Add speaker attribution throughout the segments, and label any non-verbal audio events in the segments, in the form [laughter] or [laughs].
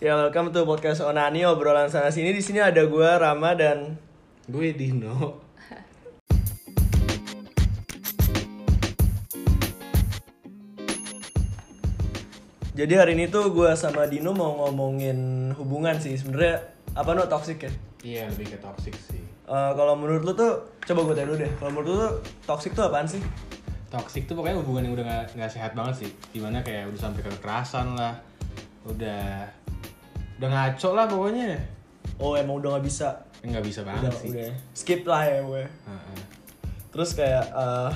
Speaker 1: Ya welcome to podcast Onani obrolan sana sini. Di sini ada gue Rama dan
Speaker 2: Gue Dino.
Speaker 1: jadi hari ini tuh gue sama Dino mau ngomongin hubungan sih. Sebenarnya apa no toxic ya?
Speaker 2: Iya lebih ke toxic sih.
Speaker 1: Eh, kalau menurut lu tuh coba gue tanya dulu deh. Kalau menurut lu tuh toxic tuh apaan sih?
Speaker 2: Toxic tuh pokoknya hubungan yang udah gak, nggak sehat banget sih. Dimana kayak udah sampai ke kekerasan lah, udah udah ngaco lah pokoknya.
Speaker 1: Oh emang udah nggak bisa.
Speaker 2: Ya, Nggak bisa banget
Speaker 1: Udah,
Speaker 2: sih.
Speaker 1: udah. Skip lah ya gue.
Speaker 2: Heeh.
Speaker 1: Terus kayak eh,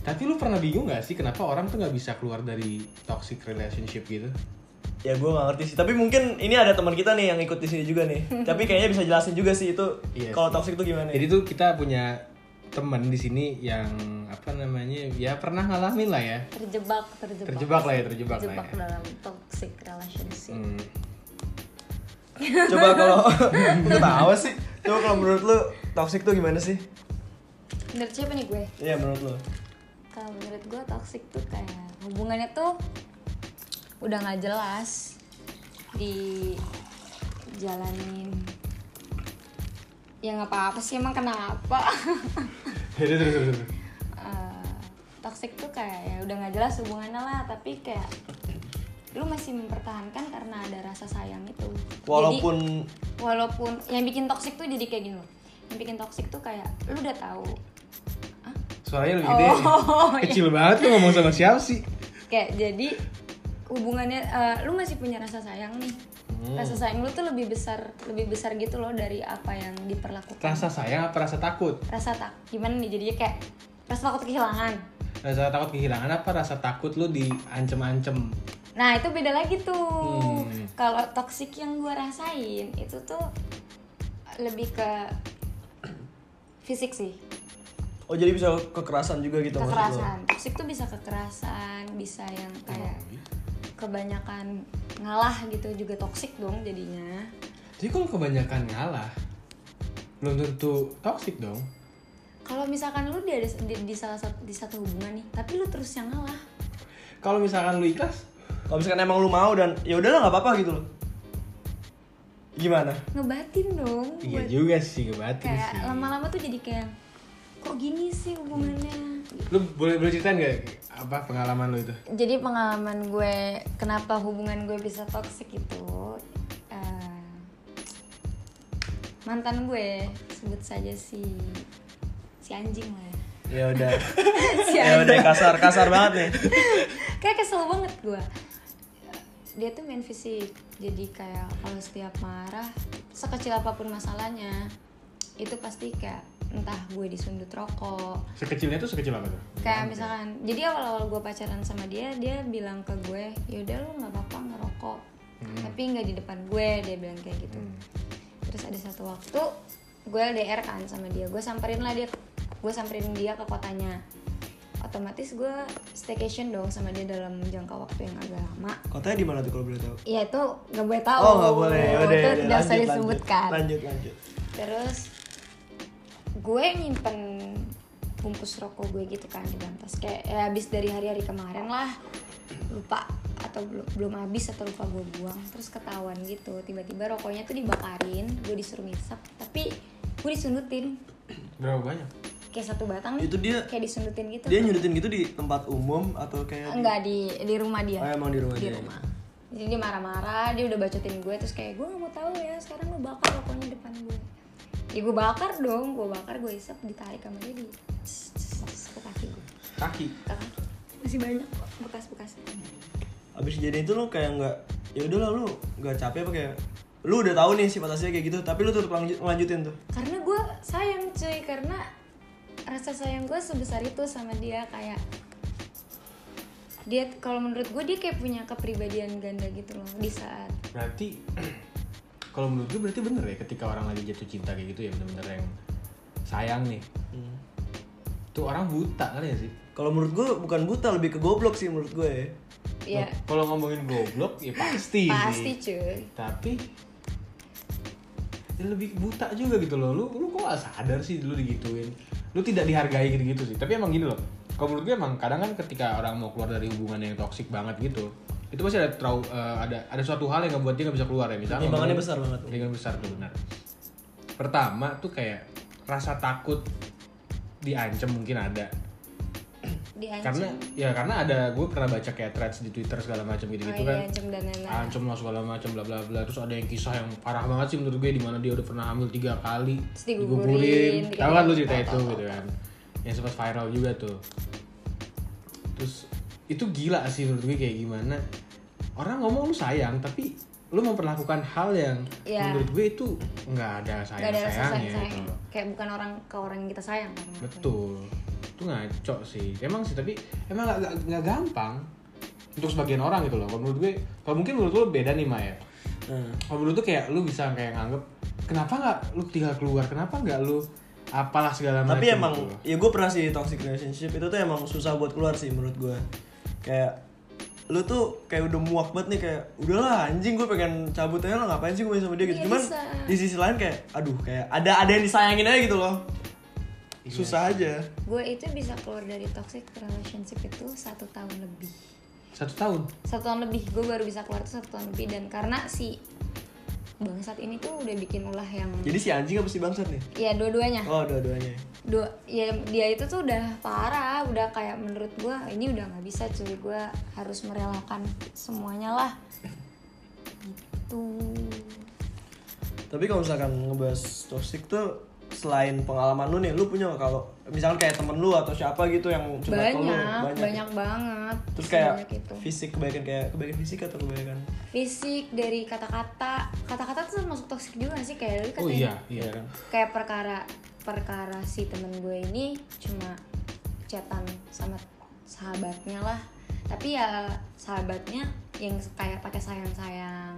Speaker 2: Tapi lu pernah bingung gak sih kenapa orang tuh nggak bisa keluar dari toxic relationship gitu?
Speaker 1: ya gue gak ngerti sih tapi mungkin ini ada teman kita nih yang ikut di sini juga nih [laughs] tapi kayaknya bisa jelasin juga sih itu
Speaker 2: Iya
Speaker 1: kalau
Speaker 2: sih.
Speaker 1: toxic tuh gimana
Speaker 2: Jadi tuh kita punya temen di sini yang apa namanya ya pernah ngalamin lah ya
Speaker 3: terjebak terjebak
Speaker 2: terjebak lah ya terjebak,
Speaker 3: terjebak
Speaker 2: lah ya.
Speaker 3: dalam toxic relationship
Speaker 2: Hmm. [laughs]
Speaker 1: coba
Speaker 3: [laughs]
Speaker 1: kalau nggak tahu sih coba kalau menurut lu toxic tuh gimana sih
Speaker 3: menurut siapa nih gue
Speaker 1: iya menurut lu
Speaker 3: kalau menurut gue toxic tuh kayak hubungannya tuh udah nggak jelas di jalanin ya nggak apa-apa sih emang kenapa [laughs]
Speaker 2: Terus, terus, terus, terus.
Speaker 3: Eh, toxic tuh kayak ya udah nggak jelas hubungannya lah tapi kayak lu masih mempertahankan karena ada rasa sayang itu Jadi-
Speaker 1: walaupun
Speaker 3: walaupun yang bikin toxic tuh jadi kayak gini loh yang bikin toxic tuh kayak lu udah tahu
Speaker 2: Suaranya lebih
Speaker 3: Oh,
Speaker 2: gede.
Speaker 3: iya.
Speaker 2: Kecil banget lu ngomong sama siapa sih?
Speaker 3: kayak jadi hubungannya eh, lu masih punya rasa sayang nih
Speaker 2: Hmm.
Speaker 3: rasa sayang lu tuh lebih besar lebih besar gitu loh dari apa yang diperlakukan
Speaker 2: Rasa sayang apa rasa takut?
Speaker 3: rasa tak gimana nih jadinya kayak rasa takut kehilangan
Speaker 2: Rasa takut kehilangan apa rasa takut lu diancem-ancem?
Speaker 3: nah itu beda lagi tuh
Speaker 2: Hmm.
Speaker 3: kalau toxic yang gua rasain itu tuh lebih ke fisik sih
Speaker 1: oh jadi bisa kekerasan juga gitu maksud lu?
Speaker 3: kekerasan toxic tuh bisa kekerasan bisa yang kayak
Speaker 2: ya?
Speaker 3: kebanyakan ngalah gitu juga toxic dong jadinya
Speaker 2: Jadi kalau kebanyakan ngalah, belum tentu toxic dong.
Speaker 3: kalau misalkan lu di, ada- di, di salah satu di satu hubungan nih tapi lu terus yang ngalah
Speaker 2: Kalau misalkan lu ikhlas,
Speaker 1: kalau misalkan emang lu mau dan ya udahlah nggak apa-apa gitu loh gimana
Speaker 3: ngebatin dong
Speaker 2: iya
Speaker 3: buat-
Speaker 2: juga sih ngebatin
Speaker 3: kayak
Speaker 2: sih.
Speaker 3: lama-lama tuh jadi kayak kok gini sih hubungannya
Speaker 2: Lu boleh boleh ceritain gak apa pengalaman lu itu?
Speaker 3: jadi pengalaman gue kenapa hubungan gue bisa toxic itu eh, mantan gue sebut saja si si anjing lah ya.
Speaker 1: ya
Speaker 3: [laughs]
Speaker 1: udah
Speaker 3: si
Speaker 1: ya udah
Speaker 3: anjing.
Speaker 1: kasar kasar banget nih
Speaker 3: kayak kesel banget gue dia tuh main fisik jadi kayak kalau setiap marah sekecil apapun masalahnya itu pasti kayak entah gue disundut rokok
Speaker 2: Sekecilnya tuh sekecil apa tuh?
Speaker 3: kayak misalkan jadi awal-awal gue pacaran sama dia dia bilang ke gue yaudah lu nggak apa-apa ngerokok
Speaker 1: Hmm.
Speaker 3: tapi nggak di depan gue dia bilang kayak gitu terus ada satu waktu gue LDR kan sama dia gue samperin lah dia gue samperin dia ke kotanya otomatis gue staycation dong sama dia dalam jangka waktu yang agak lama
Speaker 1: kotanya di mana tuh kalau boleh tahu
Speaker 3: ya itu nggak boleh tahu
Speaker 1: oh nggak boleh ya udah
Speaker 3: itu
Speaker 1: ya udah,
Speaker 3: tidak usah
Speaker 1: lanjut,
Speaker 3: disebutkan
Speaker 1: lanjut lanjut
Speaker 3: terus gue nyimpen bungkus rokok gue gitu kan di dalam tas kayak ya habis dari hari-hari kemarin lah lupa atau belum belum habis atau lupa gue buang terus ketahuan gitu tiba-tiba rokoknya tuh dibakarin gue disuruh ngisap tapi gue disundutin
Speaker 2: Berapa banyak?
Speaker 3: kayak satu batang nih
Speaker 1: itu dia
Speaker 3: kayak disundutin gitu
Speaker 1: dia nyudutin gitu di tempat umum atau kayak di-
Speaker 3: enggak di di rumah dia
Speaker 1: Oh, emang di rumah
Speaker 3: di
Speaker 2: iya,
Speaker 1: dia.
Speaker 3: rumah jadi dia marah-marah dia udah bacotin gue terus kayak gue gak mau tahu ya sekarang lu bakar rokoknya depan gue ya gue bakar dong gue bakar gue isap ditarik sama dia di cs, cs, cs, ke kaki gue
Speaker 2: Kaki.
Speaker 3: ke kaki masih banyak kok bekas-bekasnya
Speaker 1: abis kejadian itu lu kayak nggak ya udah lah lu nggak capek apa kayak lu udah tahu nih sifat aslinya kayak gitu tapi lu tetap lanjut lanjutin tuh
Speaker 3: karena gue sayang cuy karena rasa sayang gue sebesar itu sama dia kayak dia kalau menurut gue dia kayak punya kepribadian ganda gitu loh di saat
Speaker 2: Berarti [clears throat] kalau menurut gue berarti bener ya ketika orang lagi jatuh cinta kayak gitu ya bener-bener yang sayang nih. Tuh orang buta kali ya sih.
Speaker 1: kalau menurut gue bukan buta lebih ke goblok sih menurut gue ya.
Speaker 3: ya
Speaker 2: Loh, Kalau ngomongin goblok ya pasti.
Speaker 3: pasti
Speaker 2: sih.
Speaker 3: cuy
Speaker 2: Tapi ya lebih buta juga gitu loh. Lu lu kok gak sadar sih lu digituin. Lu tidak dihargai gitu-gitu sih. Tapi emang gini loh. Kalau menurut gue emang kadang kan ketika orang mau keluar dari hubungan yang toksik banget gitu, itu pasti ada trau, eh, ada ada suatu hal yang ngebuat dia nggak bisa keluar ya misalnya
Speaker 1: Pertimbangannya
Speaker 2: ngomongin-
Speaker 1: besar banget.
Speaker 2: pertimbangan besar tuh benar pertama tuh kayak rasa takut diancam mungkin ada
Speaker 3: diancam
Speaker 2: karena ya karena ada gue pernah baca kayak threads di twitter segala macam gitu
Speaker 3: Oh,
Speaker 2: gitu kan
Speaker 3: diancam dan lain-lain
Speaker 2: ancam lah segala macam bla bla bla terus ada yang kisah yang parah banget sih menurut gue di mana dia udah pernah hamil tiga kali
Speaker 3: Terus digugurin, tiga
Speaker 2: tahu kan
Speaker 3: kali.
Speaker 2: lu cerita itu gitu kan yang sempat viral juga tuh terus itu gila sih menurut gue kayak gimana orang ngomong lu sayang tapi lu memperlakukan hal yang
Speaker 3: Iya.
Speaker 2: menurut gue itu nggak ada sayang
Speaker 3: Gak ada rasa
Speaker 2: sayangnya
Speaker 3: sayang-sayang
Speaker 2: gitu loh.
Speaker 3: Kayak bukan orang ke orang yang kita sayang kan
Speaker 2: Betul. Itu ngaco sih. Emang sih, tapi emang nggak- nggak nggak gampang untuk sebagian orang gitu loh. Kalau menurut gue, kalau mungkin menurut lo beda nih Maya.
Speaker 1: Nah,
Speaker 2: Kalau menurut tuh kayak lu bisa kayak nganggep kenapa nggak lu tinggal keluar? Kenapa nggak lu apalah segala macam.
Speaker 1: tapi emang
Speaker 2: gitu loh.
Speaker 1: ya gue pernah sih toxic relationship itu tuh emang susah buat keluar sih menurut gue kayak lu tuh kayak udah muak banget nih kayak udahlah anjing gue pengen cabut aja lah ngapain sih gue main sama dia gitu
Speaker 3: Iya,
Speaker 1: cuman
Speaker 3: bisa.
Speaker 1: di sisi lain kayak aduh kayak ada ada yang disayangin aja gitu loh susah aja
Speaker 3: Gue itu bisa keluar dari toxic relationship itu satu tahun lebih
Speaker 2: satu tahun.
Speaker 3: Satu tahun lebih, gue baru bisa keluar itu satu tahun lebih Dan karena si bangsat ini tuh udah bikin ulah yang
Speaker 1: jadi si anjing apa si bangsat nih
Speaker 3: Ya dua-duanya
Speaker 1: oh dua-duanya
Speaker 3: dua ya dia itu tuh udah parah udah kayak menurut gue ini udah nggak bisa cuy gue harus merelakan semuanya lah gitu
Speaker 1: tapi kalau misalkan ngebahas toxic tuh selain pengalaman lu nih lu punya nggak kalau misalkan kayak temen lu atau siapa gitu yang curhat ke
Speaker 3: banyak,
Speaker 1: lu? gitu.
Speaker 3: banyak gitu. banget
Speaker 1: ya. terus kayak
Speaker 3: Sebanyak itu.
Speaker 1: fisik kebaikan kayak kebaikan fisik atau kebaikan
Speaker 3: fisik dari kata-kata kata-kata tuh termasuk toksik juga nggak sih kayak lu
Speaker 2: Oh
Speaker 3: katain
Speaker 2: iya, iya.
Speaker 1: kan?
Speaker 3: kayak perkara perkara si temen gue ini cuma chatan sama sahabatnya lah tapi ya sahabatnya yang kayak pakai sayang sayang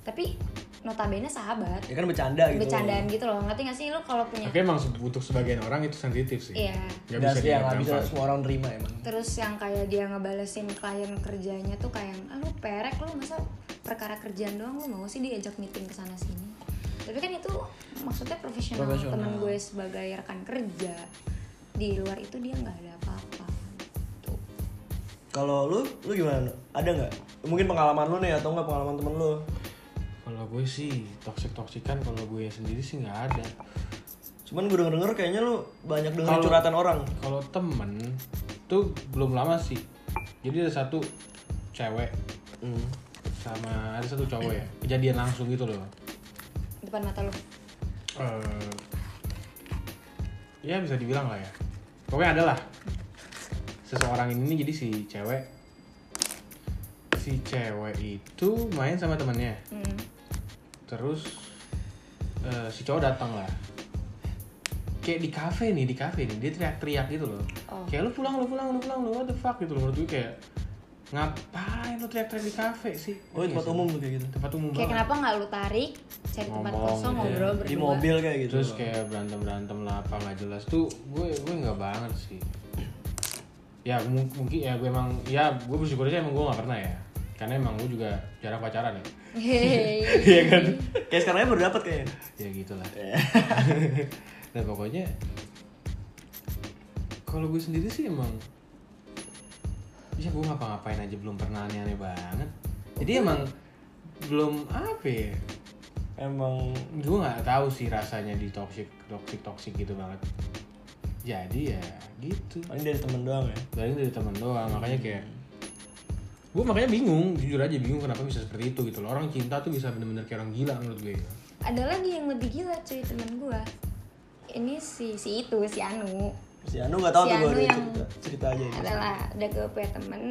Speaker 3: tapi notabene sahabat
Speaker 1: ya kan bercanda gitu
Speaker 3: bercandaan gitu loh ngerti gak sih lu kalau punya
Speaker 2: Tapi emang se- untuk sebagian orang itu sensitif sih.
Speaker 3: Iya.
Speaker 1: Udah
Speaker 2: Nggak bisa
Speaker 1: sih yang nggak bisa
Speaker 2: digampang.
Speaker 1: semua orang terima emang
Speaker 3: terus yang kayak dia ngebalesin klien kerjanya tuh kayak ah, lu perek lu masa perkara kerjaan doang lu mau sih diajak meeting ke sana sini tapi kan itu maksudnya profesional,
Speaker 1: Profesional.
Speaker 3: temen gue sebagai rekan kerja di luar itu dia nggak ada apa-apa tuh
Speaker 1: kalau lu lu gimana Nu? ada nggak mungkin pengalaman lu nih atau nggak pengalaman temen lu
Speaker 2: Kalau gue sih toksik toksikan kalau gue sendiri sih nggak ada.
Speaker 1: cuman gue denger denger kayaknya lu banyak denger
Speaker 2: Kalau-
Speaker 1: curhatan orang
Speaker 2: Kalau temen tuh belum lama sih. Jadi ada satu cewek
Speaker 1: hmm.
Speaker 2: sama ada satu cowok ya kejadian langsung gitu loh
Speaker 3: depan mata lu
Speaker 2: Eh, ya bisa dibilang lah ya pokoknya ada lah seseorang ini jadi si cewek si cewek itu main sama temennya
Speaker 3: Hmm.
Speaker 2: terus eh, si cowok datang lah kayak di kafe nih di kafe nih dia teriak-teriak gitu loh
Speaker 3: Oh.
Speaker 2: kayak lu pulang lu pulang lu pulang lu what the fuck gitu loh menurut gue kayak ngapain lu teriak-teriak di kafe Iya sih
Speaker 1: oh di tempat umum tuh kayak gitu
Speaker 2: tempat umum
Speaker 3: kayak
Speaker 2: banget.
Speaker 3: kenapa nggak lu tarik cari tempat
Speaker 2: Ngomong
Speaker 3: kosong
Speaker 2: gitu ya.
Speaker 3: ngobrol berdua
Speaker 1: iya. di
Speaker 3: [laughs]
Speaker 1: mobil kayak gitu
Speaker 2: terus kayak berantem berantem lah apa nggak jelas tuh gue gue nggak banget sih ya mung- mungkin ya gue emang ya gue bersyukur aja emang gue nggak pernah ya karena emang gue juga jarang pacaran ya
Speaker 3: Hei.
Speaker 2: Iya kan?
Speaker 1: kayak sekarang aja baru dapat kayaknya
Speaker 2: ya gitulah [laughs] nah pokoknya kalau gue sendiri sih emang ya gue ngapa-ngapain aja belum pernah aneh-aneh banget jadi emang belum apa ya
Speaker 1: emang
Speaker 2: gue nggak tahu sih rasanya di toxic toxic toxic gitu banget jadi ya gitu
Speaker 1: paling dari temen doang ya
Speaker 2: paling dari teman doang makanya kayak gue makanya bingung jujur aja bingung kenapa bisa seperti itu gitu loh orang cinta tuh bisa bener-bener kayak orang gila menurut gue
Speaker 3: ada lagi yang lebih gila cuy temen gue ini si si itu si Anu
Speaker 1: si Anu nggak tahu
Speaker 3: Si
Speaker 1: tuh gue
Speaker 3: Anu
Speaker 1: ada
Speaker 3: yang-
Speaker 1: cerita cerita aja gitu.
Speaker 3: adalah ada gue punya temen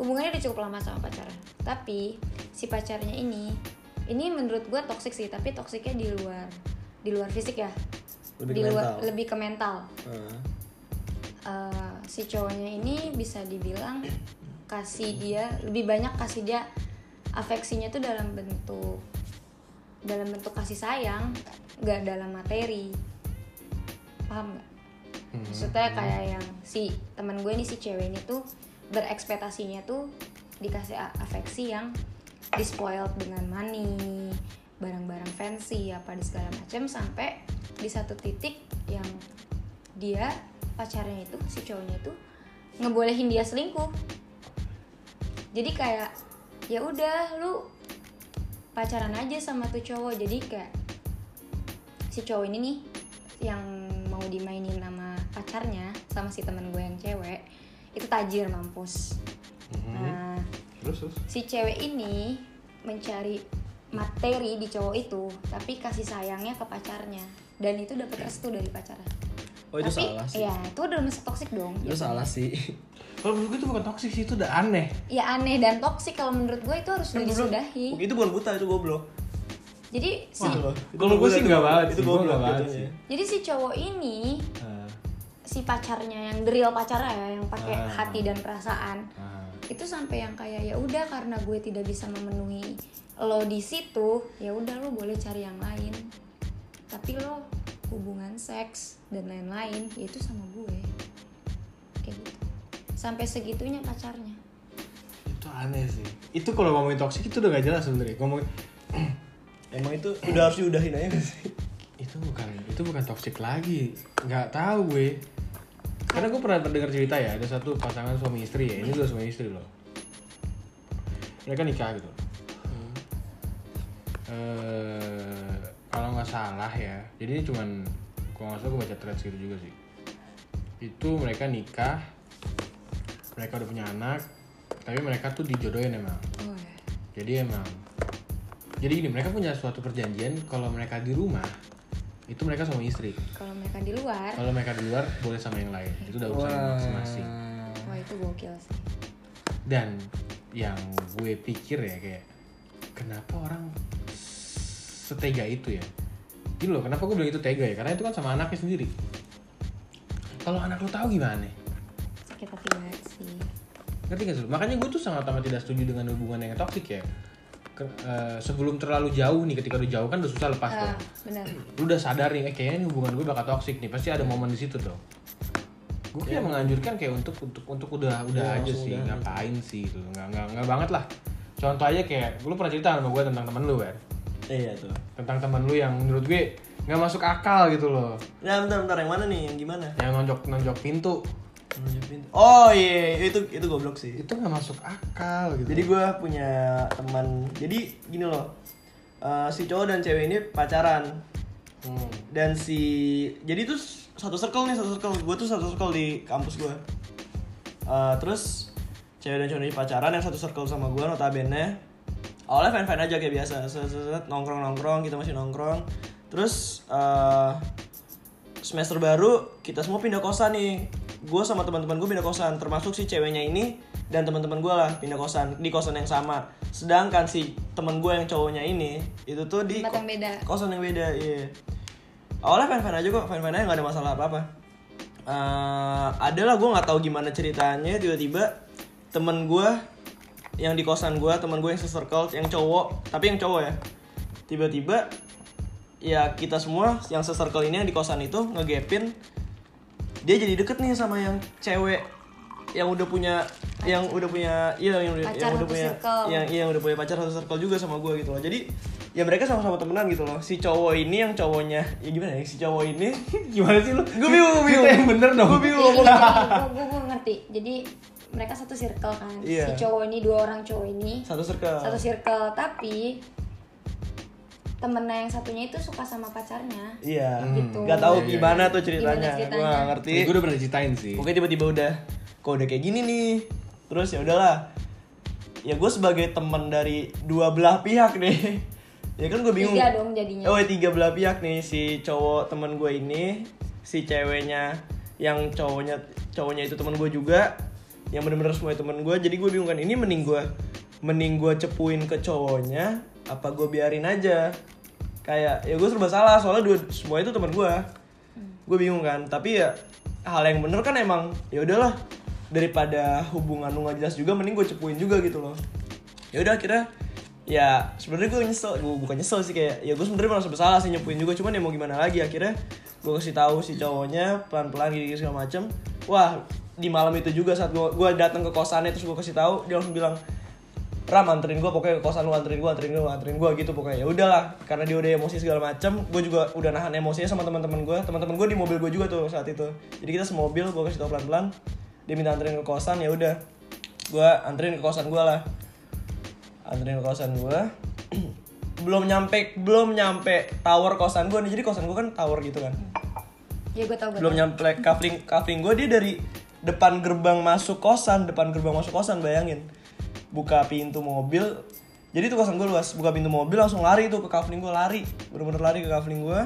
Speaker 3: hubungannya udah cukup lama sama pacarnya tapi si pacarnya ini ini menurut gue toksik sih tapi toksiknya di luar di luar fisik ya
Speaker 1: Lebih
Speaker 3: di
Speaker 1: ke
Speaker 3: luar
Speaker 1: mental.
Speaker 3: lebih ke mental
Speaker 1: Heeh.
Speaker 3: Eh, si cowoknya ini bisa dibilang kasih dia lebih banyak kasih dia afeksinya tuh dalam bentuk dalam bentuk kasih sayang nggak dalam materi paham nggak maksudnya kayak yang si teman gue nih si cewek ini tuh berekspektasinya tuh dikasih a- afeksi yang dispoiled dengan money barang-barang fancy apa di segala macam sampai di satu titik yang dia pacarnya itu si cowoknya itu ngebolehin dia selingkuh jadi kayak ya udah lu pacaran aja sama tuh cowok jadi kayak si cowok ini nih yang mau dimainin sama pacarnya sama si temen gue yang cewek itu tajir mampus
Speaker 1: Hmm.
Speaker 3: nah
Speaker 2: Terus terus.
Speaker 3: si cewek ini mencari materi di cowok itu tapi kasih sayangnya ke pacarnya dan itu dapat restu dari pacarnya
Speaker 1: Oh itu
Speaker 3: tapi,
Speaker 1: salah sih.
Speaker 3: ya itu udah masuk toksik dong
Speaker 1: Itu salah sih.
Speaker 2: Kalau menurut gue itu bukan toksik sih, itu udah aneh.
Speaker 3: ya aneh dan toksik kalau menurut gue itu harus
Speaker 1: Kan
Speaker 3: udah
Speaker 1: gua bilang,
Speaker 3: disudahi
Speaker 1: Itu bukan buta, itu goblok.
Speaker 3: jadi si
Speaker 1: Gitu loh. Itu
Speaker 2: Kalau gue
Speaker 1: goblok,
Speaker 2: sih
Speaker 1: itu
Speaker 2: nggak
Speaker 1: goblok.
Speaker 2: banget
Speaker 1: Itu
Speaker 2: sih, gue
Speaker 1: goblok
Speaker 2: nggak banget
Speaker 1: jatuhnya.
Speaker 2: sih.
Speaker 3: jadi si cowok ini
Speaker 2: Ah,
Speaker 3: si pacarnya yang the real pacarnya ya yang pakai
Speaker 2: Ah.
Speaker 3: hati dan perasaan
Speaker 2: ah.
Speaker 3: itu sampai yang kayak ya udah karena gue tidak bisa memenuhi lo di situ ya udah lo boleh cari yang lain tapi lo hubungan seks dan lain-lain ya itu sama gue kayak gitu sampai segitunya pacarnya
Speaker 2: Itu aneh sih. Itu kalau ngomongin toksik itu udah gak jelas sebenarnya. Ngomongin
Speaker 1: Emang itu udah harus diudahin aja nggak sih?
Speaker 2: itu bukan itu bukan toksik lagi. Nggak tahu gue. Karena gue pernah terdengar cerita ya, ada satu pasangan suami istri ya. Ini dua suami istri loh. Mereka nikah gitu. Eh, kalau nggak salah ya, jadi ini cuman kalau nggak salah gue baca threads gitu juga sih. Itu mereka nikah, mereka udah punya anak, tapi mereka tuh dijodohin emang.
Speaker 3: oh ya
Speaker 2: Jadi emang jadi gini mereka punya suatu perjanjian kalau mereka di rumah itu mereka sama istri.
Speaker 3: kalau mereka di luar
Speaker 2: Kalau mereka di luar boleh sama yang lain. Itu udah urusan masing-masing.
Speaker 3: wah itu gokil sih
Speaker 2: Dan yang gue pikir ya kayak kenapa orang setega itu ya? Gitu loh, kenapa gue bilang itu tega ya? Karena itu kan sama anaknya sendiri. Kalau anak lu tahu gimana?
Speaker 3: sakit hati banget sih
Speaker 2: ngerti gak sih lu? makanya gue tuh sangat amat tidak setuju dengan hubungan yang toksik ya Ke- eh, sebelum terlalu jauh nih ketika udah jauh kan udah susah lepas tuh
Speaker 3: Ah, benar
Speaker 2: lu udah sadar nih eh, kayaknya nih hubungan gue bakal toksik nih pasti ada momen di situ tuh gue kayak menganjurkan kayak untuk untuk untuk udah
Speaker 1: Ya,
Speaker 2: udah aja
Speaker 1: langsung
Speaker 2: sih
Speaker 1: udah.
Speaker 2: ngapain sih gitu nggak nggak nggak banget lah contoh aja kayak lu pernah cerita sama gue tentang temen lu kan
Speaker 1: Iya tuh.
Speaker 2: tentang temen lu yang menurut gue nggak masuk akal gitu loh
Speaker 1: Nah, bentar, bentar. Yang mana nih? Yang gimana?
Speaker 2: yang nonjok nonjok pintu
Speaker 1: Menunjuk pintu. Oh iya, itu itu goblok sih.
Speaker 2: itu nggak masuk akal gitu
Speaker 1: Jadi gue punya teman. Jadi gini loh, eh, si cowok dan cewek ini pacaran
Speaker 2: Hmm.
Speaker 1: dan si jadi itu s- satu circle nih satu circle gue tuh satu circle di kampus gue. Eh, terus cewek dan cowok ini pacaran yang satu circle sama gue notabene. Awalnya fan fan aja kayak biasa, nongkrong nongkrong kita masih nongkrong. Terus eh, semester baru kita semua pindah kosan nih gue sama teman-teman gue pindah kosan termasuk si ceweknya ini dan teman-teman gue lah pindah kosan di kosan yang sama sedangkan si teman gue yang cowoknya ini itu tuh di
Speaker 3: Tempat yang beda.
Speaker 1: kosan yang beda iya awalnya fan fan aja kok fan fan aja nggak ada masalah Eh, apa apa adalah gue nggak tahu gimana ceritanya tiba-tiba temen gue yang di kosan gue temen gue yang se-circle yang cowok tapi yang cowok ya tiba-tiba ya kita semua yang se-circle ini yang di kosan itu ngegapin dia jadi deket nih sama yang cewek yang udah punya yang udah punya iya yang, udah-
Speaker 3: Pacar
Speaker 1: yang udah
Speaker 3: satu
Speaker 1: punya
Speaker 3: circle.
Speaker 1: yang iya yang udah punya pacar satu circle juga sama gue gitu loh jadi ya mereka sama-sama temenan gitu loh si cowok ini yang cowoknya ya gimana ya si cowok ini [laughs]
Speaker 2: gimana sih lu
Speaker 1: gue bingung bingung
Speaker 2: Cerita yang bener dong
Speaker 1: gue bingung ngomong
Speaker 3: gue gue ngerti jadi mereka satu circle kan
Speaker 1: Iya.
Speaker 3: si cowok ini dua orang cowok ini
Speaker 1: satu circle
Speaker 3: satu circle tapi temennya yang satunya itu suka sama pacarnya
Speaker 1: iya
Speaker 3: Gitu.
Speaker 1: nggak tahu
Speaker 2: Iya, iya,
Speaker 1: gimana
Speaker 3: iya.
Speaker 1: tuh ceritanya,
Speaker 3: Gimana
Speaker 1: gue
Speaker 3: ceritanya?
Speaker 1: gak ngerti
Speaker 2: gue udah pernah ceritain sih
Speaker 1: Oke tiba-tiba udah kok udah kayak gini nih. Terus ya udahlah. Ya gue sebagai teman dari dua belah pihak nih. [laughs] ya kan gue bingung.
Speaker 3: Tiga Iya dong jadinya.
Speaker 1: Oh, tiga belah pihak nih si cowok teman gue ini, si ceweknya yang cowoknya cowoknya itu teman gue juga, yang bener-bener semua teman gue. Jadi gue bingung kan ini mending gue mending gue cepuin ke cowoknya apa gue biarin aja kayak ya gue serba salah soalnya dua semua itu teman gue gue bingung kan tapi ya hal yang bener kan emang ya udahlah daripada hubungan lu nggak jelas juga mending gue cepuin juga gitu loh ya udah akhirnya ya sebenarnya gue nyesel gue bukan nyesel sih kayak ya gue sebenarnya merasa bersalah sih nyepuin juga cuman ya mau gimana lagi akhirnya gue kasih tahu si cowoknya pelan pelan gini gini segala macem wah di malam itu juga saat gue gue datang ke kosannya terus gue kasih tahu dia langsung bilang Ram anterin gue pokoknya ke kosan lu anterin gue anterin gue anterin gue gitu pokoknya ya udahlah karena dia udah emosi segala macem gue juga udah nahan emosinya sama teman-teman gue teman-teman gue di mobil gue juga tuh saat itu jadi kita semobil gue kasih tau pelan-pelan dia minta anterin ke kosan ya udah gue anterin ke kosan gue lah anterin ke kosan gue [clears throat] belum nyampe belum nyampe tower kosan gue nih jadi kosan gue kan tower gitu kan
Speaker 3: ya gue tau gue
Speaker 1: belum nyampe kafling kafling gue dia dari depan gerbang masuk kosan depan gerbang masuk kosan bayangin buka pintu mobil jadi tuh kosan gue luas buka pintu mobil langsung lari tuh ke kafling gue lari bener-bener lari ke kafling gue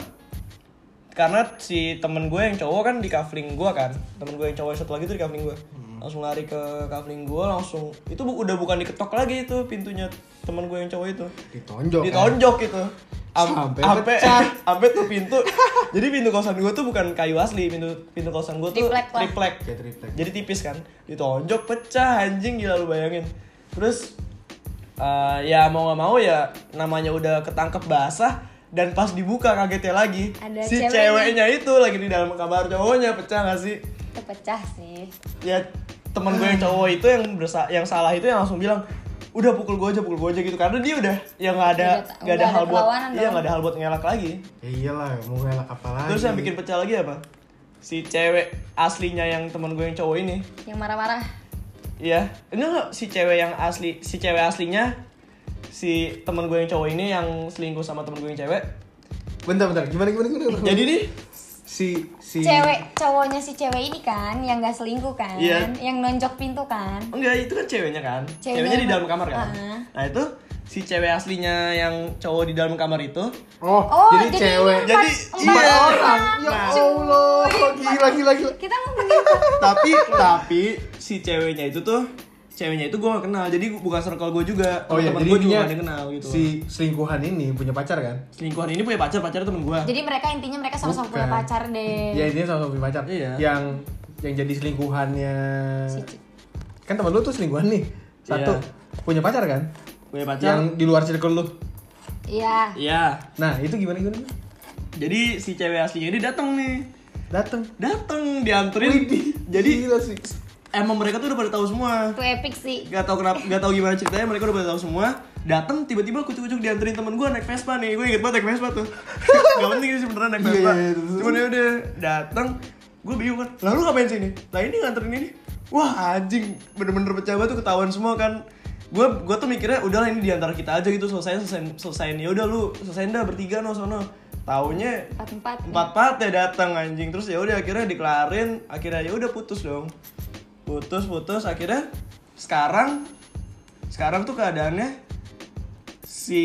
Speaker 1: karena si temen gue yang cowok kan di kafling gue kan temen gue yang cowok yang satu lagi tuh di kafling gue langsung lari ke kafling gue langsung itu bu- udah bukan diketok lagi itu pintunya temen gue yang cowok itu
Speaker 2: ditonjok kan?
Speaker 1: ditonjok gitu Am-
Speaker 2: Sampai
Speaker 1: ampe
Speaker 2: pecah.
Speaker 1: [laughs] ampe tuh pintu jadi pintu kosan gue tuh bukan kayu asli pintu pintu kosan gue tuh
Speaker 3: Triplek lah.
Speaker 1: triplek
Speaker 2: eh. Kayak triplek.
Speaker 1: jadi tipis kan ditonjok pecah anjing gila lu bayangin terus eh, ya mau nggak mau ya namanya udah ketangkep basah dan pas dibuka kagetnya lagi
Speaker 3: Ada
Speaker 1: si
Speaker 3: ceweknya.
Speaker 1: ceweknya itu lagi di dalam kamar cowoknya pecah gak sih
Speaker 3: pecah sih
Speaker 1: ya teman gue yang cowok itu yang bersa yang salah itu yang langsung bilang udah pukul gue aja pukul gue aja gitu karena dia udah ya nggak ada
Speaker 3: Udah ta-
Speaker 1: nggak ada
Speaker 3: nggak ada
Speaker 1: hal buat
Speaker 3: perlawanan
Speaker 1: iya
Speaker 3: dong.
Speaker 1: nggak ada hal buat ngelak lagi
Speaker 2: ya iyalah mau ngelak apa lagi
Speaker 1: terus yang bikin pecah lagi apa si cewek aslinya yang teman gue yang cowok ini
Speaker 3: yang marah-marah
Speaker 1: Iya, enggak enggak si cewek yang asli, si cewek aslinya si teman gue yang cowok ini yang selingkuh sama teman gue yang cewek.
Speaker 2: bentar bentar gimana gimana gimana, gimana?
Speaker 1: Jadi nih,
Speaker 2: si si
Speaker 3: cewek cowoknya si cewek ini kan yang gak selingkuh kan
Speaker 1: Iya.
Speaker 3: yang nonjok pintu kan
Speaker 1: enggak itu kan ceweknya kan.
Speaker 3: Ceweknya
Speaker 1: ceweknya di
Speaker 3: yang-
Speaker 1: dalam kamar kan.
Speaker 3: Ah.
Speaker 1: Nah, itu si cewek aslinya yang cowok di dalam kamar itu.
Speaker 2: oh,
Speaker 3: Oh,
Speaker 2: jadi,
Speaker 3: jadi
Speaker 2: cewek
Speaker 3: ini
Speaker 1: Jadi
Speaker 3: empat
Speaker 1: iya.
Speaker 2: orang ya
Speaker 1: Nah.
Speaker 2: allah gila gila
Speaker 3: [laughs]
Speaker 2: gila
Speaker 3: kita mau begitu
Speaker 1: tapi tapi si ceweknya itu tuh ceweknya itu gue gak kenal. Jadi gua- bukan circle gue juga.
Speaker 2: oh ya
Speaker 1: Teman
Speaker 2: jadi
Speaker 1: gue juga
Speaker 2: intinya
Speaker 1: gak ada yang kenal gitu.
Speaker 2: si selingkuhan ini punya pacar kan
Speaker 1: selingkuhan ini punya pacar, pacar temen gue.
Speaker 3: jadi mereka intinya mereka sama-sama punya
Speaker 2: Bukan.
Speaker 3: pacar deh
Speaker 2: ya ini sama sama punya pacar
Speaker 1: Iya.
Speaker 2: yang yang jadi selingkuhannya
Speaker 3: Si C-
Speaker 2: kan teman lu tuh selingkuhan nih satu punya pacar kan
Speaker 1: Punya pacar.
Speaker 2: yang di luar circle lu
Speaker 3: iya
Speaker 1: Iya.
Speaker 2: nah itu gimana gimana gimana?
Speaker 1: Jadi si cewek aslinya ini datang nih.
Speaker 2: datang
Speaker 1: dateng dianterin jadi
Speaker 2: gila sih
Speaker 1: emang mereka tuh udah pada tahu semua
Speaker 3: itu epic sih
Speaker 1: gak tau kenapa gak tau gimana ceritanya mereka udah pada tahu semua dateng tiba-tiba kucuk-kucuk dianterin temen gue naik Vespa nih gue inget banget naik Vespa
Speaker 2: [laughs]
Speaker 1: tuh gak penting sih beneran naik
Speaker 2: Iya,
Speaker 1: Vespa
Speaker 2: iya, iya, terus.
Speaker 1: cuman ya udah dateng gue bingung kan lalu ngapain sini lah ini nganterin ini wah anjing bener-bener pecah banget tuh ketahuan semua kan gue gue tuh mikirnya udahlah ini diantara kita aja gitu selesai selesai selesain ya udah lu selesain dah bertiga no sono taunya
Speaker 3: empat empat
Speaker 1: empat empat ya datang anjing terus ya udah akhirnya dikelarin akhirnya ya udah putus dong putus putus akhirnya sekarang sekarang tuh keadaannya si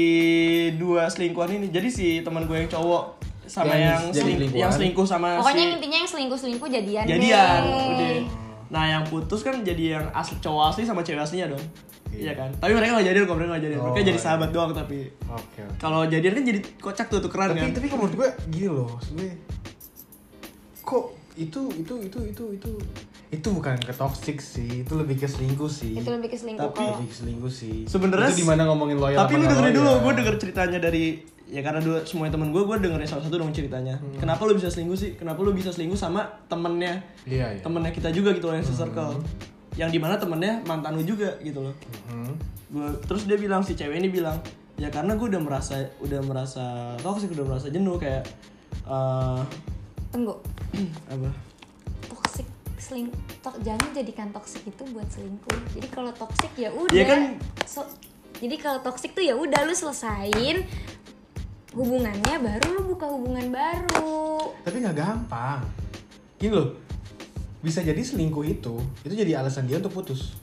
Speaker 1: dua selingkuhan ini jadi si teman gue yang cowok sama
Speaker 2: Yang
Speaker 1: yang
Speaker 2: jadi
Speaker 1: seling-
Speaker 2: selingkuhan.
Speaker 1: yang selingkuh sama
Speaker 3: pokoknya yang
Speaker 1: si
Speaker 3: intinya yang selingkuh selingkuh jadian
Speaker 1: jadian
Speaker 3: deh.
Speaker 1: udah nah yang putus kan jadi yang asli cowok asli sama cewek aslinya dong iya kan tapi mereka gak jadian kok mereka gak jadian mereka
Speaker 2: Oh,
Speaker 1: jadi
Speaker 2: iya.
Speaker 1: sahabat doang tapi
Speaker 2: oke oke.
Speaker 1: kalau jadian kan jadi kocak tuh tukeran
Speaker 2: tapi
Speaker 1: kan
Speaker 2: tapi kalau menurut gue gini loh maksud gue kok itu itu itu itu itu itu bukan ke toxic sih itu lebih ke selingkuh sih
Speaker 3: itu lebih ke selingkuh
Speaker 1: Tapi-
Speaker 3: kalau
Speaker 2: lebih ke selingkuh sih
Speaker 1: Sebenarnya
Speaker 2: itu di mana ngomongin loyal
Speaker 1: tapi
Speaker 2: apa
Speaker 1: lu
Speaker 2: nggak
Speaker 1: dengerin dulu
Speaker 2: loyal.
Speaker 1: gue denger ceritanya dari ya karena dua semua temen gue gue dengerin salah satu dong ceritanya
Speaker 2: Hmm.
Speaker 1: kenapa lu bisa selingkuh sih kenapa lu bisa selingkuh sama temennya
Speaker 2: iya Hmm. iya
Speaker 1: temennya kita juga gitu loh yang circle yang dimana temennya mantan lu juga gitu loh
Speaker 2: Mhm.
Speaker 1: gua, terus dia bilang si cewek ini bilang ya karena gue udah merasa udah merasa toxic udah merasa jenuh kayak eh [clears throat]
Speaker 3: tunggu
Speaker 1: apa
Speaker 3: toxic seling to- jangan jadikan toxic itu buat selingkuh jadi kalau toxic ya udah
Speaker 1: Iya kan?
Speaker 3: So- jadi kalau toxic tuh ya udah lu selesain hubungannya baru lu buka hubungan baru
Speaker 2: tapi nggak gampang gini loh bisa jadi selingkuh itu itu jadi alasan dia untuk putus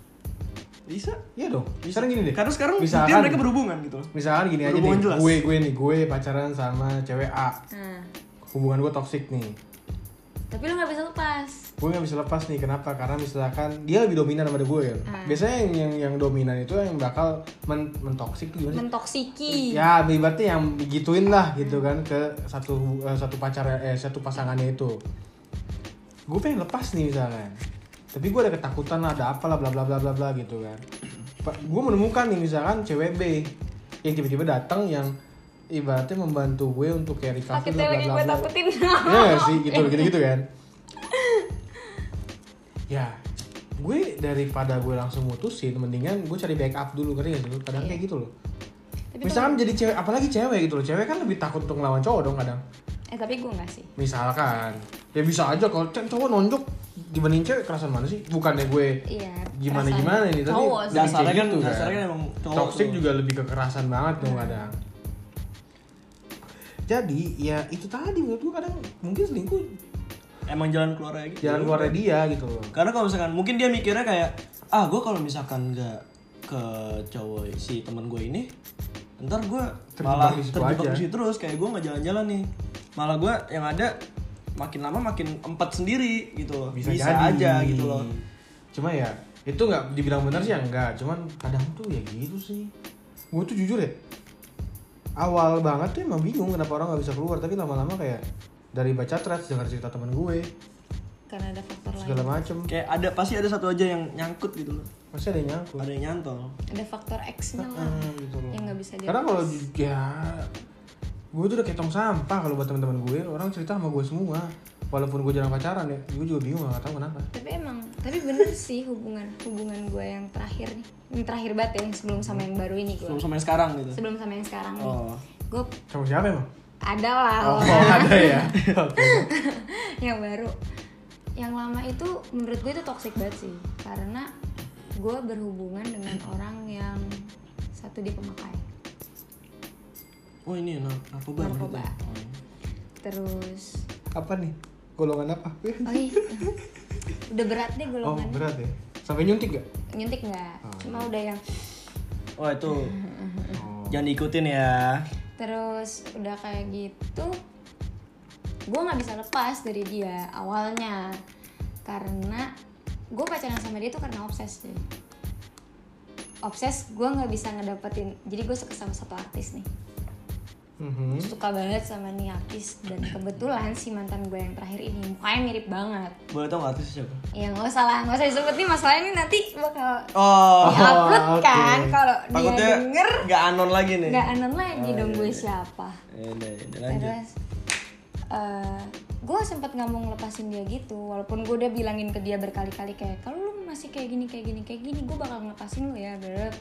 Speaker 1: bisa
Speaker 2: iya dong sekarang gini deh
Speaker 1: karena sekarang
Speaker 2: misalkan,
Speaker 1: dia mereka berhubungan gitu loh
Speaker 2: misalkan gini aja
Speaker 1: Berhubungan
Speaker 2: nih
Speaker 1: jelas.
Speaker 2: gue gue nih gue pacaran sama cewek A
Speaker 3: nah
Speaker 2: hubungan gue toxic nih
Speaker 3: tapi lu nggak bisa lepas
Speaker 2: gue nggak bisa lepas nih kenapa karena misalkan dia lebih dominan daripada gue kan
Speaker 3: Ah.
Speaker 2: biasanya yang, yang yang dominan itu yang bakal men mentoksik tuh gimana sih?
Speaker 3: mentoksiki
Speaker 2: ya ibaratnya yang digituin lah gitu kan ke satu eh, satu pacar eh satu pasangannya itu gue pengen lepas nih misalkan tapi gue ada ketakutan lah ada apalah bla bla bla bla bla gitu kan gue menemukan nih misalkan cewek B yang tiba-tiba datang yang ibaratnya membantu gue untuk kayak recovery
Speaker 3: sakitnya
Speaker 2: bla bla
Speaker 3: lagi
Speaker 2: bla
Speaker 3: gue
Speaker 2: bla
Speaker 3: takutin Eh,
Speaker 2: Iya gak sih gitu gitu gitu kan. [laughs] ya, gue daripada gue langsung mutusin, mendingan gue cari backup dulu kan ya sih. lu?
Speaker 1: Iya.
Speaker 2: Kadang kayak gitu loh.
Speaker 3: tapi kalau-
Speaker 2: Misalkan jadi cewek, apalagi cewek gitu loh. Cewek kan lebih takut untuk ngelawan cowok dong kadang.
Speaker 3: eh tapi gue nggak sih
Speaker 2: Misalkan, ya bisa aja kalau cewek- cowok nonjok dibanding cewek kerasan mana sih? Bukannya gue
Speaker 3: Iya.
Speaker 2: gimana
Speaker 3: perasaan
Speaker 2: gimana nih tapi
Speaker 4: Cowok sih.
Speaker 2: lebih kayak
Speaker 1: Dasarnya kan-
Speaker 2: gitu
Speaker 1: dasarnya kan emang cowok
Speaker 2: toxic
Speaker 1: tuh. Iya.
Speaker 2: juga lebih kekerasan banget dong kadang. Jadi ya itu tadi menurut gue kadang mungkin selingkuh
Speaker 1: emang jalan keluar aja
Speaker 2: jalan keluarnya dia gitu loh.
Speaker 1: karena kalau misalkan mungkin dia mikirnya kayak ah gue kalau misalkan nggak ke cowok si teman gue ini ntar gue
Speaker 2: Terjebak
Speaker 1: malah
Speaker 2: di situ
Speaker 1: terjebak
Speaker 2: aja.
Speaker 1: di situ terus kayak gue nggak jalan-jalan nih malah gue yang ada makin lama makin empat sendiri gitu loh bisa,
Speaker 2: jadi.
Speaker 1: aja gitu loh
Speaker 2: Cuma ya itu nggak dibilang benar sih ya enggak, cuman kadang tuh ya gitu sih. Gue tuh jujur ya awal banget tuh emang bingung kenapa orang nggak bisa keluar tapi lama-lama kayak dari baca threads dengar cerita temen gue
Speaker 3: Karena ada faktor lain.
Speaker 2: segala macem
Speaker 1: kayak ada pasti ada satu aja yang nyangkut gitu loh
Speaker 2: masih ada yang nyangkut
Speaker 1: ada yang nyantol
Speaker 3: Ada faktor X-nya lah.
Speaker 2: Heeh, gitu loh.
Speaker 3: Yang nggak bisa
Speaker 2: karena
Speaker 3: diatur.
Speaker 2: kalau ju- ya gue tuh udah kayak tong sampah kalau buat teman-teman gue orang cerita sama gue semua walaupun gue jarang pacaran ya gue juga bingung gak tahu kenapa
Speaker 3: Tapi emang, tapi bener sih hubungan hubungan gue yang terakhir nih. Yang terakhir banget ya, yang sebelum sama yang baru ini
Speaker 1: sebelum
Speaker 3: gue.
Speaker 1: sama yang sekarang gitu
Speaker 3: Sebelum sama yang sekarang nih.
Speaker 1: oh
Speaker 3: Gue
Speaker 2: sama siapa emang
Speaker 3: ada lah
Speaker 2: [laughs] oh,
Speaker 3: orang
Speaker 2: ada ya oke
Speaker 3: [laughs] yang baru. Yang lama itu menurut gue itu toxic banget sih. Karena gue berhubungan dengan orang yang satu dia pemakai.
Speaker 1: oh ini nar- narkoba
Speaker 3: Narkoba.
Speaker 1: berarti. Oh, iya.
Speaker 3: Terus,
Speaker 2: apa nih golongan apa
Speaker 3: oi,
Speaker 1: [laughs]
Speaker 3: udah berat deh
Speaker 2: oh
Speaker 3: golongan.
Speaker 2: berat ya sampai nyuntik gak
Speaker 3: Nyuntik nggak? Cuma
Speaker 1: iya.
Speaker 3: udah yang
Speaker 1: oh itu jangan diikutin ya
Speaker 3: terus udah kayak gitu gue nggak bisa lepas dari dia awalnya karena gue pacaran sama dia tuh karena obses sih obses gue nggak bisa ngedapetin jadi gue suka sama satu artis nih
Speaker 2: Mhm.
Speaker 3: suka banget sama nih artis dan kebetulan si mantan gue yang terakhir ini mukanya mirip banget
Speaker 1: boleh tau nggak artisnya siapa
Speaker 3: ya nggak usah lah nggak usah disebut nih masalahnya ini nanti bakal
Speaker 1: oh
Speaker 3: upload
Speaker 2: oke.
Speaker 3: kan kalau dia
Speaker 1: takutnya
Speaker 3: denger
Speaker 1: nggak anon lagi nih
Speaker 3: nggak anon lagi
Speaker 1: Oh,
Speaker 3: dong
Speaker 1: iya,
Speaker 3: gue
Speaker 1: iya.
Speaker 3: siapa
Speaker 1: Eh, udah, udah, lanjut.
Speaker 3: Terus eh, gue sempat nggak mau ngelepasin dia gitu, walaupun gue udah bilangin ke dia berkali-kali kayak kalau lu masih kayak gini kayak gini kayak gini, gue bakal ngelepasin lu ya, bro.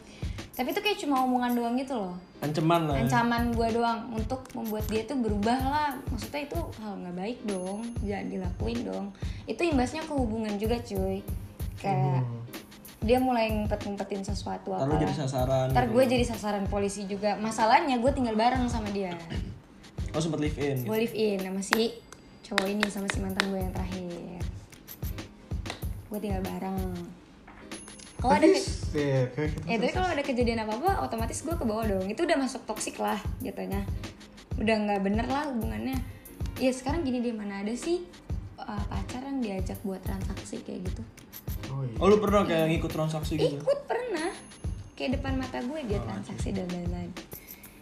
Speaker 3: Tapi itu kayak cuma omongan doang gitu loh,
Speaker 1: ancaman lah ya.
Speaker 3: ancaman gue doang untuk membuat dia tuh berubah lah. Maksudnya itu hal nggak baik dong, jangan dilakuin dong. Itu imbasnya ke hubungan juga cuy, kayak dia mulai ngumpet-ngumpetin
Speaker 1: Ntar
Speaker 3: sesuatu
Speaker 1: lu
Speaker 3: apa.
Speaker 1: Hmm. jadi sasaran
Speaker 3: Ntar
Speaker 1: gitu.
Speaker 3: gue jadi sasaran polisi juga. Masalahnya gue tinggal bareng sama dia
Speaker 1: oh sempet live in gitu.
Speaker 3: gue live in sama si cowok ini sama si mantan gue yang terakhir gue tinggal bareng kalau ada
Speaker 2: Tapi,
Speaker 3: ke-
Speaker 2: ya, kayak gitu.
Speaker 3: ya tapi kalau ada kejadian apa apa otomatis gue ke bawah dong itu udah masuk toksik lah jatuhnya udah nggak bener lah hubungannya ya sekarang gini deh mana ada sih uh, pacar yang diajak buat transaksi kayak gitu
Speaker 2: Oh, iya.
Speaker 1: oh lu pernah kayak ngikut transaksi gitu
Speaker 3: ikut pernah kayak depan mata gue dia transaksi dan lain-lain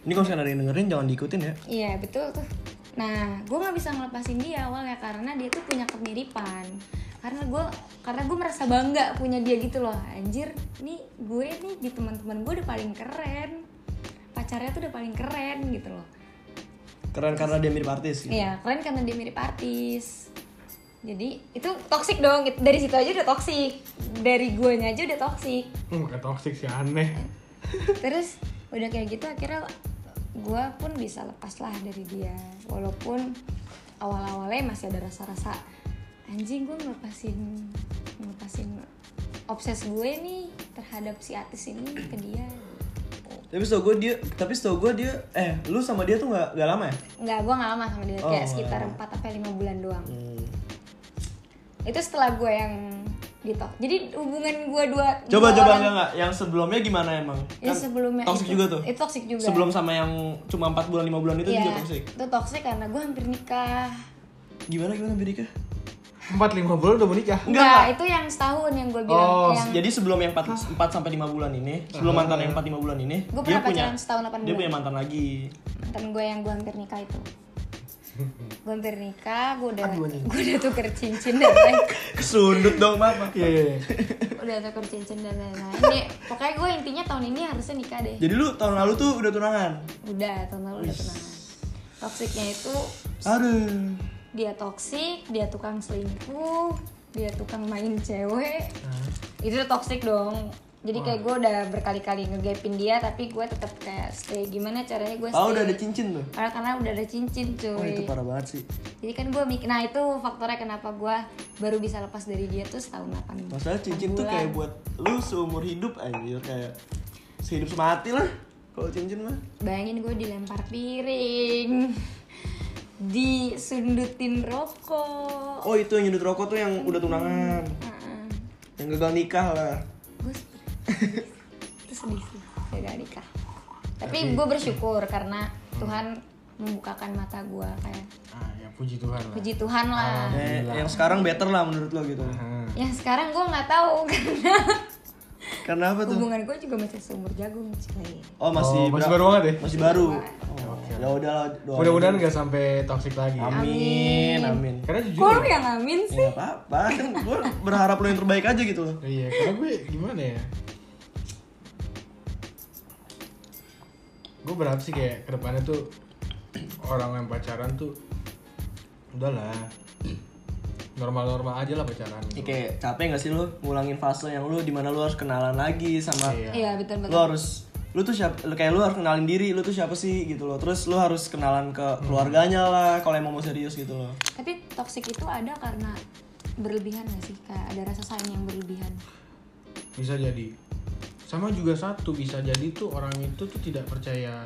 Speaker 1: ini kalau misalkan ada yang dengerin jangan diikutin ya
Speaker 3: Iya betul tuh. Nah, gue nggak bisa ngelepasin dia awalnya karena dia tuh punya kemiripan. Karena gue karena gue merasa bangga punya dia gitu loh. Anjir, nih gue nih di teman-teman gue udah paling keren. Pacarnya tuh udah paling keren gitu loh.
Speaker 1: keren karena dia mirip artis gitu.
Speaker 3: Iya, keren karena dia mirip artis. Jadi itu toxic dong. It- Dari situ aja udah toxic. Dari guanya aja udah toxic.
Speaker 2: Hmm, kayak toxic sih aneh.
Speaker 3: [laughs] terus udah kayak gitu akhirnya gue pun bisa lepas lah dari dia walaupun awal-awalnya masih ada rasa-rasa anjing gue ngelepasin ngelepasin obses gue nih terhadap si artis ini ke dia
Speaker 1: tapi setahu gue dia tapi setahu gue dia eh lu sama dia tuh nggak nggak lama ya
Speaker 3: nggak gue nggak lama sama dia kayak
Speaker 1: Oh.
Speaker 3: sekitar 4 sampai 5 bulan doang
Speaker 1: Hmm.
Speaker 3: itu setelah gue yang ditok jadi hubungan gue dua
Speaker 1: coba coba
Speaker 3: dua orang-
Speaker 1: enggak enggak yang sebelumnya gimana emang
Speaker 3: Ya, sebelumnya
Speaker 1: toxic
Speaker 3: itu-
Speaker 1: juga tuh
Speaker 3: itu toxic juga.
Speaker 1: sebelum sama yang cuma 4 bulan 5 bulan itu
Speaker 3: Iya,
Speaker 1: juga toxic
Speaker 3: itu toxic karena gue hampir nikah
Speaker 1: gimana gimana Birika
Speaker 2: Empat lima bulan udah menikah.
Speaker 1: Enggak,
Speaker 3: Enggak,
Speaker 1: enggak.
Speaker 3: itu yang setahun yang gue bilang
Speaker 2: Oh,
Speaker 3: yang
Speaker 1: jadi sebelum yang 4, sampai 5 bulan ini sebelum mantan yang 4 5 bulan ini
Speaker 3: Gua
Speaker 1: dia
Speaker 3: pernah
Speaker 1: punya
Speaker 3: pacaran setahun 8
Speaker 1: dia
Speaker 3: bulan.
Speaker 1: punya mantan lagi
Speaker 3: mantan gue yang gue hampir nikah
Speaker 1: [laughs]
Speaker 3: itu gue hampir nikah gue udah
Speaker 2: Aduh, anjing.
Speaker 3: gue udah tuker cincin dan lain
Speaker 1: [laughs] kesundut dong mama
Speaker 2: Iya, iya, iya.
Speaker 3: udah tuker cincin dan lain-lain Nih, pokoknya gue intinya tahun ini harusnya nikah deh
Speaker 1: Jadi lu tahun lalu tuh udah tunangan?
Speaker 3: udah tahun lalu udah tunangan toksiknya itu
Speaker 1: Aduh.
Speaker 3: dia toksik dia tukang selingkuh dia tukang main cewek itu udah toksik dong jadi kayak gue udah berkali-kali ngegapin dia tapi gue tetap kayak stay gimana caranya gue stay
Speaker 1: Ah udah ada cincin tuh.
Speaker 3: karena, karena udah ada cincin cuy
Speaker 1: Oh itu parah banget sih.
Speaker 3: jadi kan gue mikir nah itu faktornya kenapa gue baru bisa lepas dari dia tuh setahun 8 bulan
Speaker 1: Masalah cincin tuh kayak buat lu seumur hidup anjir kayak sehidup semati lah kalau cincin mah.
Speaker 3: bayangin gue dilempar piring disundutin rokok
Speaker 1: Oh itu yang nyundut rokok tuh yang udah tunangan, yang gagal nikah lah.
Speaker 3: gue itu sedih sih gagal nikah tapi gue bersyukur karena Tuhan membukakan mata gue kayak
Speaker 2: ah ya puji Tuhan lah
Speaker 3: puji Tuhan lah
Speaker 1: Eh, yang sekarang better lah menurut lo gitu.
Speaker 2: Ah,
Speaker 3: yang sekarang gue nggak tahu [laughs] karena
Speaker 1: Karena apa tuh?
Speaker 3: hubungan gue juga masih seumur jagung cuy
Speaker 1: Oh
Speaker 2: oh,
Speaker 1: masih,
Speaker 2: masih
Speaker 1: bra-
Speaker 2: baru banget ya
Speaker 1: Masih baru. Oh, ya udah lah. doain.
Speaker 2: mudah-mudahan nggak sampai toxic lagi ya.
Speaker 1: Amin, amin.
Speaker 2: karena jujur
Speaker 3: kok lu yang ngamin
Speaker 1: Ya
Speaker 3: sih
Speaker 1: nggak apa-apa, [laughs] kan gue berharap lo yang terbaik aja gitu loh.
Speaker 2: iya karena gue gimana ya gue berharap sih kayak kedepannya tuh orang yang pacaran tuh udahlah normal-normal aja lah pacaran
Speaker 1: Ya, kayak capek gak sih lo ngulangin fase yang lo dimana lo harus kenalan lagi sama
Speaker 3: iya betul
Speaker 1: lo
Speaker 3: betul
Speaker 1: harus lu tuh siapa lu- kayak lu harus kenalin diri lu tuh siapa sih gitu loh terus lu harus kenalan ke
Speaker 2: Hmm.
Speaker 1: keluarganya lah kalau emang mau serius gitu loh
Speaker 3: tapi toxic itu ada karena berlebihan gak sih kayak ada rasa sayang yang berlebihan
Speaker 2: bisa jadi sama juga satu bisa jadi tuh orang itu tuh tidak percaya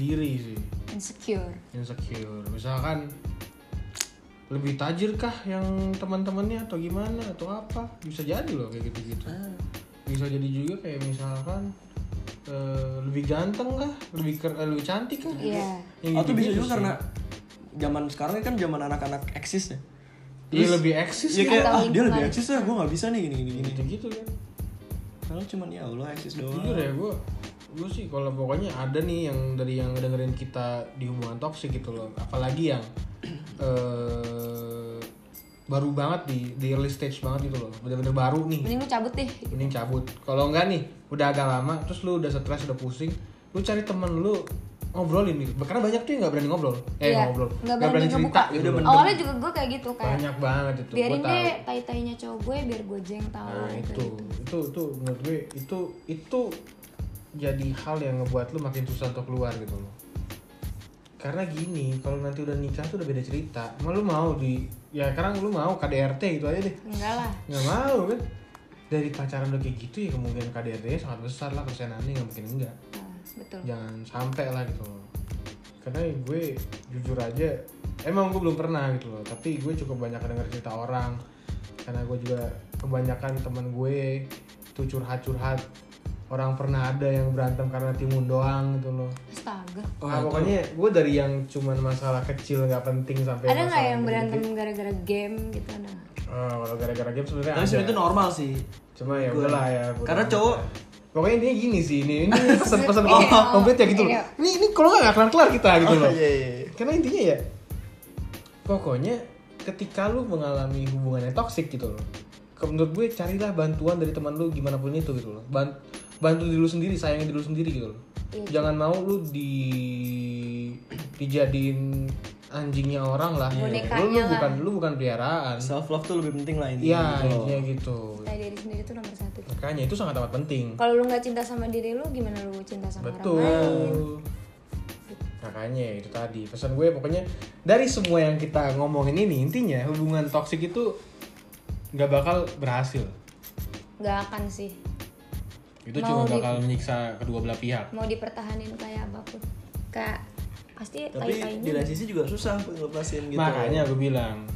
Speaker 2: diri sih
Speaker 3: insecure
Speaker 2: insecure misalkan lebih tajir kah yang teman-temannya atau gimana atau apa bisa jadi loh kayak gitu-gitu bisa jadi juga kayak misalkan eh, lebih ganteng kah lebih ker- eh, lebih cantik kah
Speaker 3: Iya.
Speaker 2: Yang
Speaker 1: atau Oh, bisa
Speaker 2: gitu-gitu
Speaker 1: juga
Speaker 2: gitu sih.
Speaker 1: karena zaman sekarang kan zaman anak-anak eksis ya
Speaker 2: dia Iya, lebih eksis gitu.
Speaker 1: ya kayak
Speaker 3: Atau
Speaker 1: ah dia lebih
Speaker 3: lingkungan.
Speaker 1: eksis ya gue nggak bisa nih gini gini gini
Speaker 2: gitu-gitu kan
Speaker 1: kalau cuman ya allah eksis
Speaker 2: jujur
Speaker 1: doang
Speaker 2: ya gue gue sih kalau pokoknya ada nih yang dari yang dengerin kita di hubungan toksik gitu loh apalagi yang [clears throat] eh, baru banget di di early stage banget gitu loh bener-bener baru nih
Speaker 3: mending lu cabut deh
Speaker 2: mending cabut kalau enggak nih udah agak lama terus lu udah stres udah pusing lu cari temen lu ngobrolin gitu karena banyak tuh yang nggak berani ngobrol eh
Speaker 3: Iya,
Speaker 2: ngobrol
Speaker 3: nggak berani
Speaker 2: cerita
Speaker 3: ngebuka.
Speaker 2: gitu loh.
Speaker 3: awalnya juga gue kayak gitu kayak
Speaker 2: banyak banget itu gue
Speaker 3: biarin
Speaker 2: tahu
Speaker 3: deh tai tainya cowok gue biar gue jeng Gitu. tahu
Speaker 2: nah
Speaker 3: kayak
Speaker 2: itu itu itu menurut gue itu itu jadi hal yang ngebuat lu makin susah untuk keluar gitu loh karena gini kalau nanti udah nikah tuh udah beda cerita emang lu mau di ya sekarang lu mau KDRT gitu aja deh
Speaker 3: enggak lah
Speaker 2: nggak mau kan dari pacaran udah kayak gitu ya kemungkinan KDRT nya sangat besar lah persenannya nggak mungkin enggak
Speaker 3: Nah, betul
Speaker 2: jangan sampai lah gitu loh karena gue jujur aja emang gue belum pernah gitu loh tapi gue cukup banyak denger cerita orang karena gue juga kebanyakan teman gue tuh curhat-curhat orang pernah ada yang berantem karena timun doang gitu loh
Speaker 3: astaga
Speaker 1: Oh,
Speaker 2: Ah, pokoknya gue dari yang cuman masalah kecil nggak penting sampai
Speaker 3: ada nggak
Speaker 2: masalah
Speaker 3: yang
Speaker 2: gede-gede.
Speaker 3: berantem gara-gara game gitu ada nggak?
Speaker 2: Ah, kalau gara-gara game sebenarnya
Speaker 1: tapi
Speaker 2: ada.
Speaker 1: sebenarnya itu normal sih
Speaker 2: Cuma ya
Speaker 1: Gue.
Speaker 2: udahlah ya. bodo
Speaker 1: Karena
Speaker 2: amat
Speaker 1: cowok-
Speaker 2: lah. Pokoknya intinya gini sih ini
Speaker 3: [laughs]
Speaker 2: ini pesan-pesan
Speaker 3: Iya.
Speaker 2: komplit ya gitu. loh.
Speaker 3: Iya.
Speaker 2: Ini ini kalau nggak kelar-kelar kita gitu loh.
Speaker 1: iya, iya.
Speaker 2: Karena intinya ya pokoknya ketika lu mengalami hubungan yang toksik gitu loh. ke- Menurut gue carilah bantuan dari teman lu gimana pun itu gitu loh. Ban- bantu diri lu sendiri, sayangi diri lu sendiri gitu loh.
Speaker 3: Iya
Speaker 2: Jangan mau lu di dijadiin anjingnya orang lah. Lu, lu
Speaker 3: Iya. Bonekanya lah.
Speaker 2: bukan lu bukan peliharaan.
Speaker 1: self love tuh lebih penting lah ini
Speaker 2: Iya,
Speaker 1: gitu loh.
Speaker 2: intinya gitu.
Speaker 3: tai diri sendiri tuh nomor satu
Speaker 2: Makanya itu sangat amat penting.
Speaker 3: kalau lu nggak cinta sama diri lu gimana lu cinta sama orang lain
Speaker 2: Betul. Makanya itu tadi pesan gue pokoknya dari semua yang kita ngomongin ini intinya hubungan toksik itu nggak bakal berhasil.
Speaker 3: nggak akan sih
Speaker 2: Itu cuma
Speaker 3: Mau di-
Speaker 2: bakal menyiksa kedua belah pihak.
Speaker 3: mau dipertahanin kayak apapun kayak pasti tai
Speaker 1: tapi di
Speaker 3: tainya
Speaker 1: lain sisi juga susah untuk ngelepasin gitu
Speaker 2: Makanya gue bilang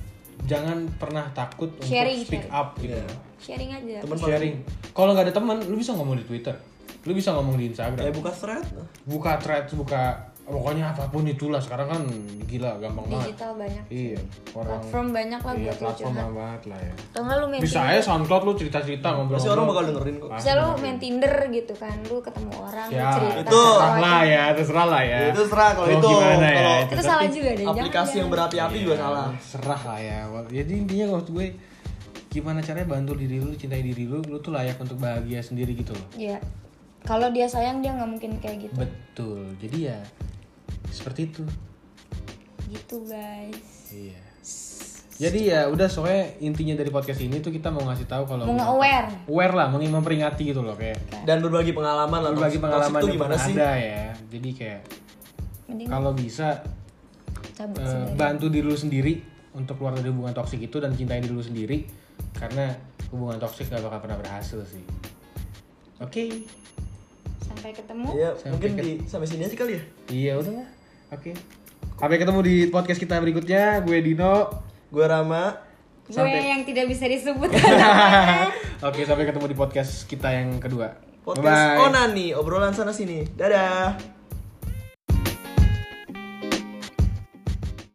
Speaker 2: jangan pernah takut untuk
Speaker 3: Sharing,
Speaker 2: speak
Speaker 3: sharing.
Speaker 2: up gitu.
Speaker 3: sharing aja
Speaker 1: Temen
Speaker 2: Sharing. Kalau nggak ada teman, lu bisa ngomong di Twitter, lu bisa ngomong di Instagram.
Speaker 1: kayak buka thread nah.
Speaker 2: Buka thread, buka pokoknya apapun itulah sekarang kan gila gampang banget.
Speaker 3: digital banyak
Speaker 2: Iya, orang
Speaker 3: platform banyak lah
Speaker 2: iya,
Speaker 3: buat lu
Speaker 2: platform
Speaker 3: curhat
Speaker 2: banget lah ya.
Speaker 3: atau nggak lu main
Speaker 2: Bisa aja SoundCloud lu cerita-cerita ngobrol.
Speaker 1: Hmm. pasti orang bakal dengerin kok
Speaker 3: bisa lu main Tinder gitu kan lu ketemu orang lu
Speaker 2: Ya,
Speaker 3: cerita
Speaker 2: itu terserah lah ya, terserah lah ya.
Speaker 1: itu serah kalau
Speaker 2: Mau
Speaker 1: itu
Speaker 2: gimana ya,
Speaker 1: kalau
Speaker 2: itu.
Speaker 3: Itu
Speaker 1: tapi
Speaker 3: salah juga deh, jangan, ya.
Speaker 1: aplikasi yang berapi-api juga salah
Speaker 2: Serah lah ya. Jadi intinya maksud gue gimana caranya bantu diri lu, cintai diri lu, lu tuh layak untuk bahagia sendiri gitu loh.
Speaker 3: Iya. Kalau dia sayang dia nggak mungkin kayak gitu.
Speaker 2: Betul. Jadi ya seperti itu.
Speaker 3: Gitu guys.
Speaker 2: Iya. Jadi ya udah soalnya intinya dari podcast ini tuh kita mau ngasih tahu kalau
Speaker 3: Mau
Speaker 2: kenapa-
Speaker 3: nge-aware.
Speaker 2: aware lah, mau memperingati gitu loh kayak
Speaker 1: dan berbagi pengalaman lah
Speaker 2: berbagi
Speaker 1: Nah, toxic-
Speaker 2: pengalaman
Speaker 1: toxic tuh
Speaker 2: yang
Speaker 1: gimana
Speaker 2: pernah
Speaker 1: sih
Speaker 2: ada ya. Jadi kayak
Speaker 3: mending
Speaker 2: kalau bisa
Speaker 3: cabut
Speaker 2: eh,
Speaker 3: sendiri
Speaker 2: bantu diri lu sendiri untuk keluar dari hubungan toksik itu dan cintai diri lu sendiri karena hubungan toksik gak bakal pernah berhasil sih. Oke,
Speaker 3: sampai ketemu
Speaker 1: ya
Speaker 2: Sampai
Speaker 1: mungkin
Speaker 2: ke-
Speaker 1: di sampai sini aja kali ya
Speaker 2: iya udah lah. Oke. Sampai ketemu di podcast kita berikutnya. Gue Dino.
Speaker 1: gue Rama
Speaker 3: gue yang tidak bisa disebut
Speaker 2: [laughs] Oke, sampai ketemu di podcast kita yang kedua.
Speaker 1: podcast
Speaker 2: Bye-bye.
Speaker 1: Onani obrolan sana sini dadah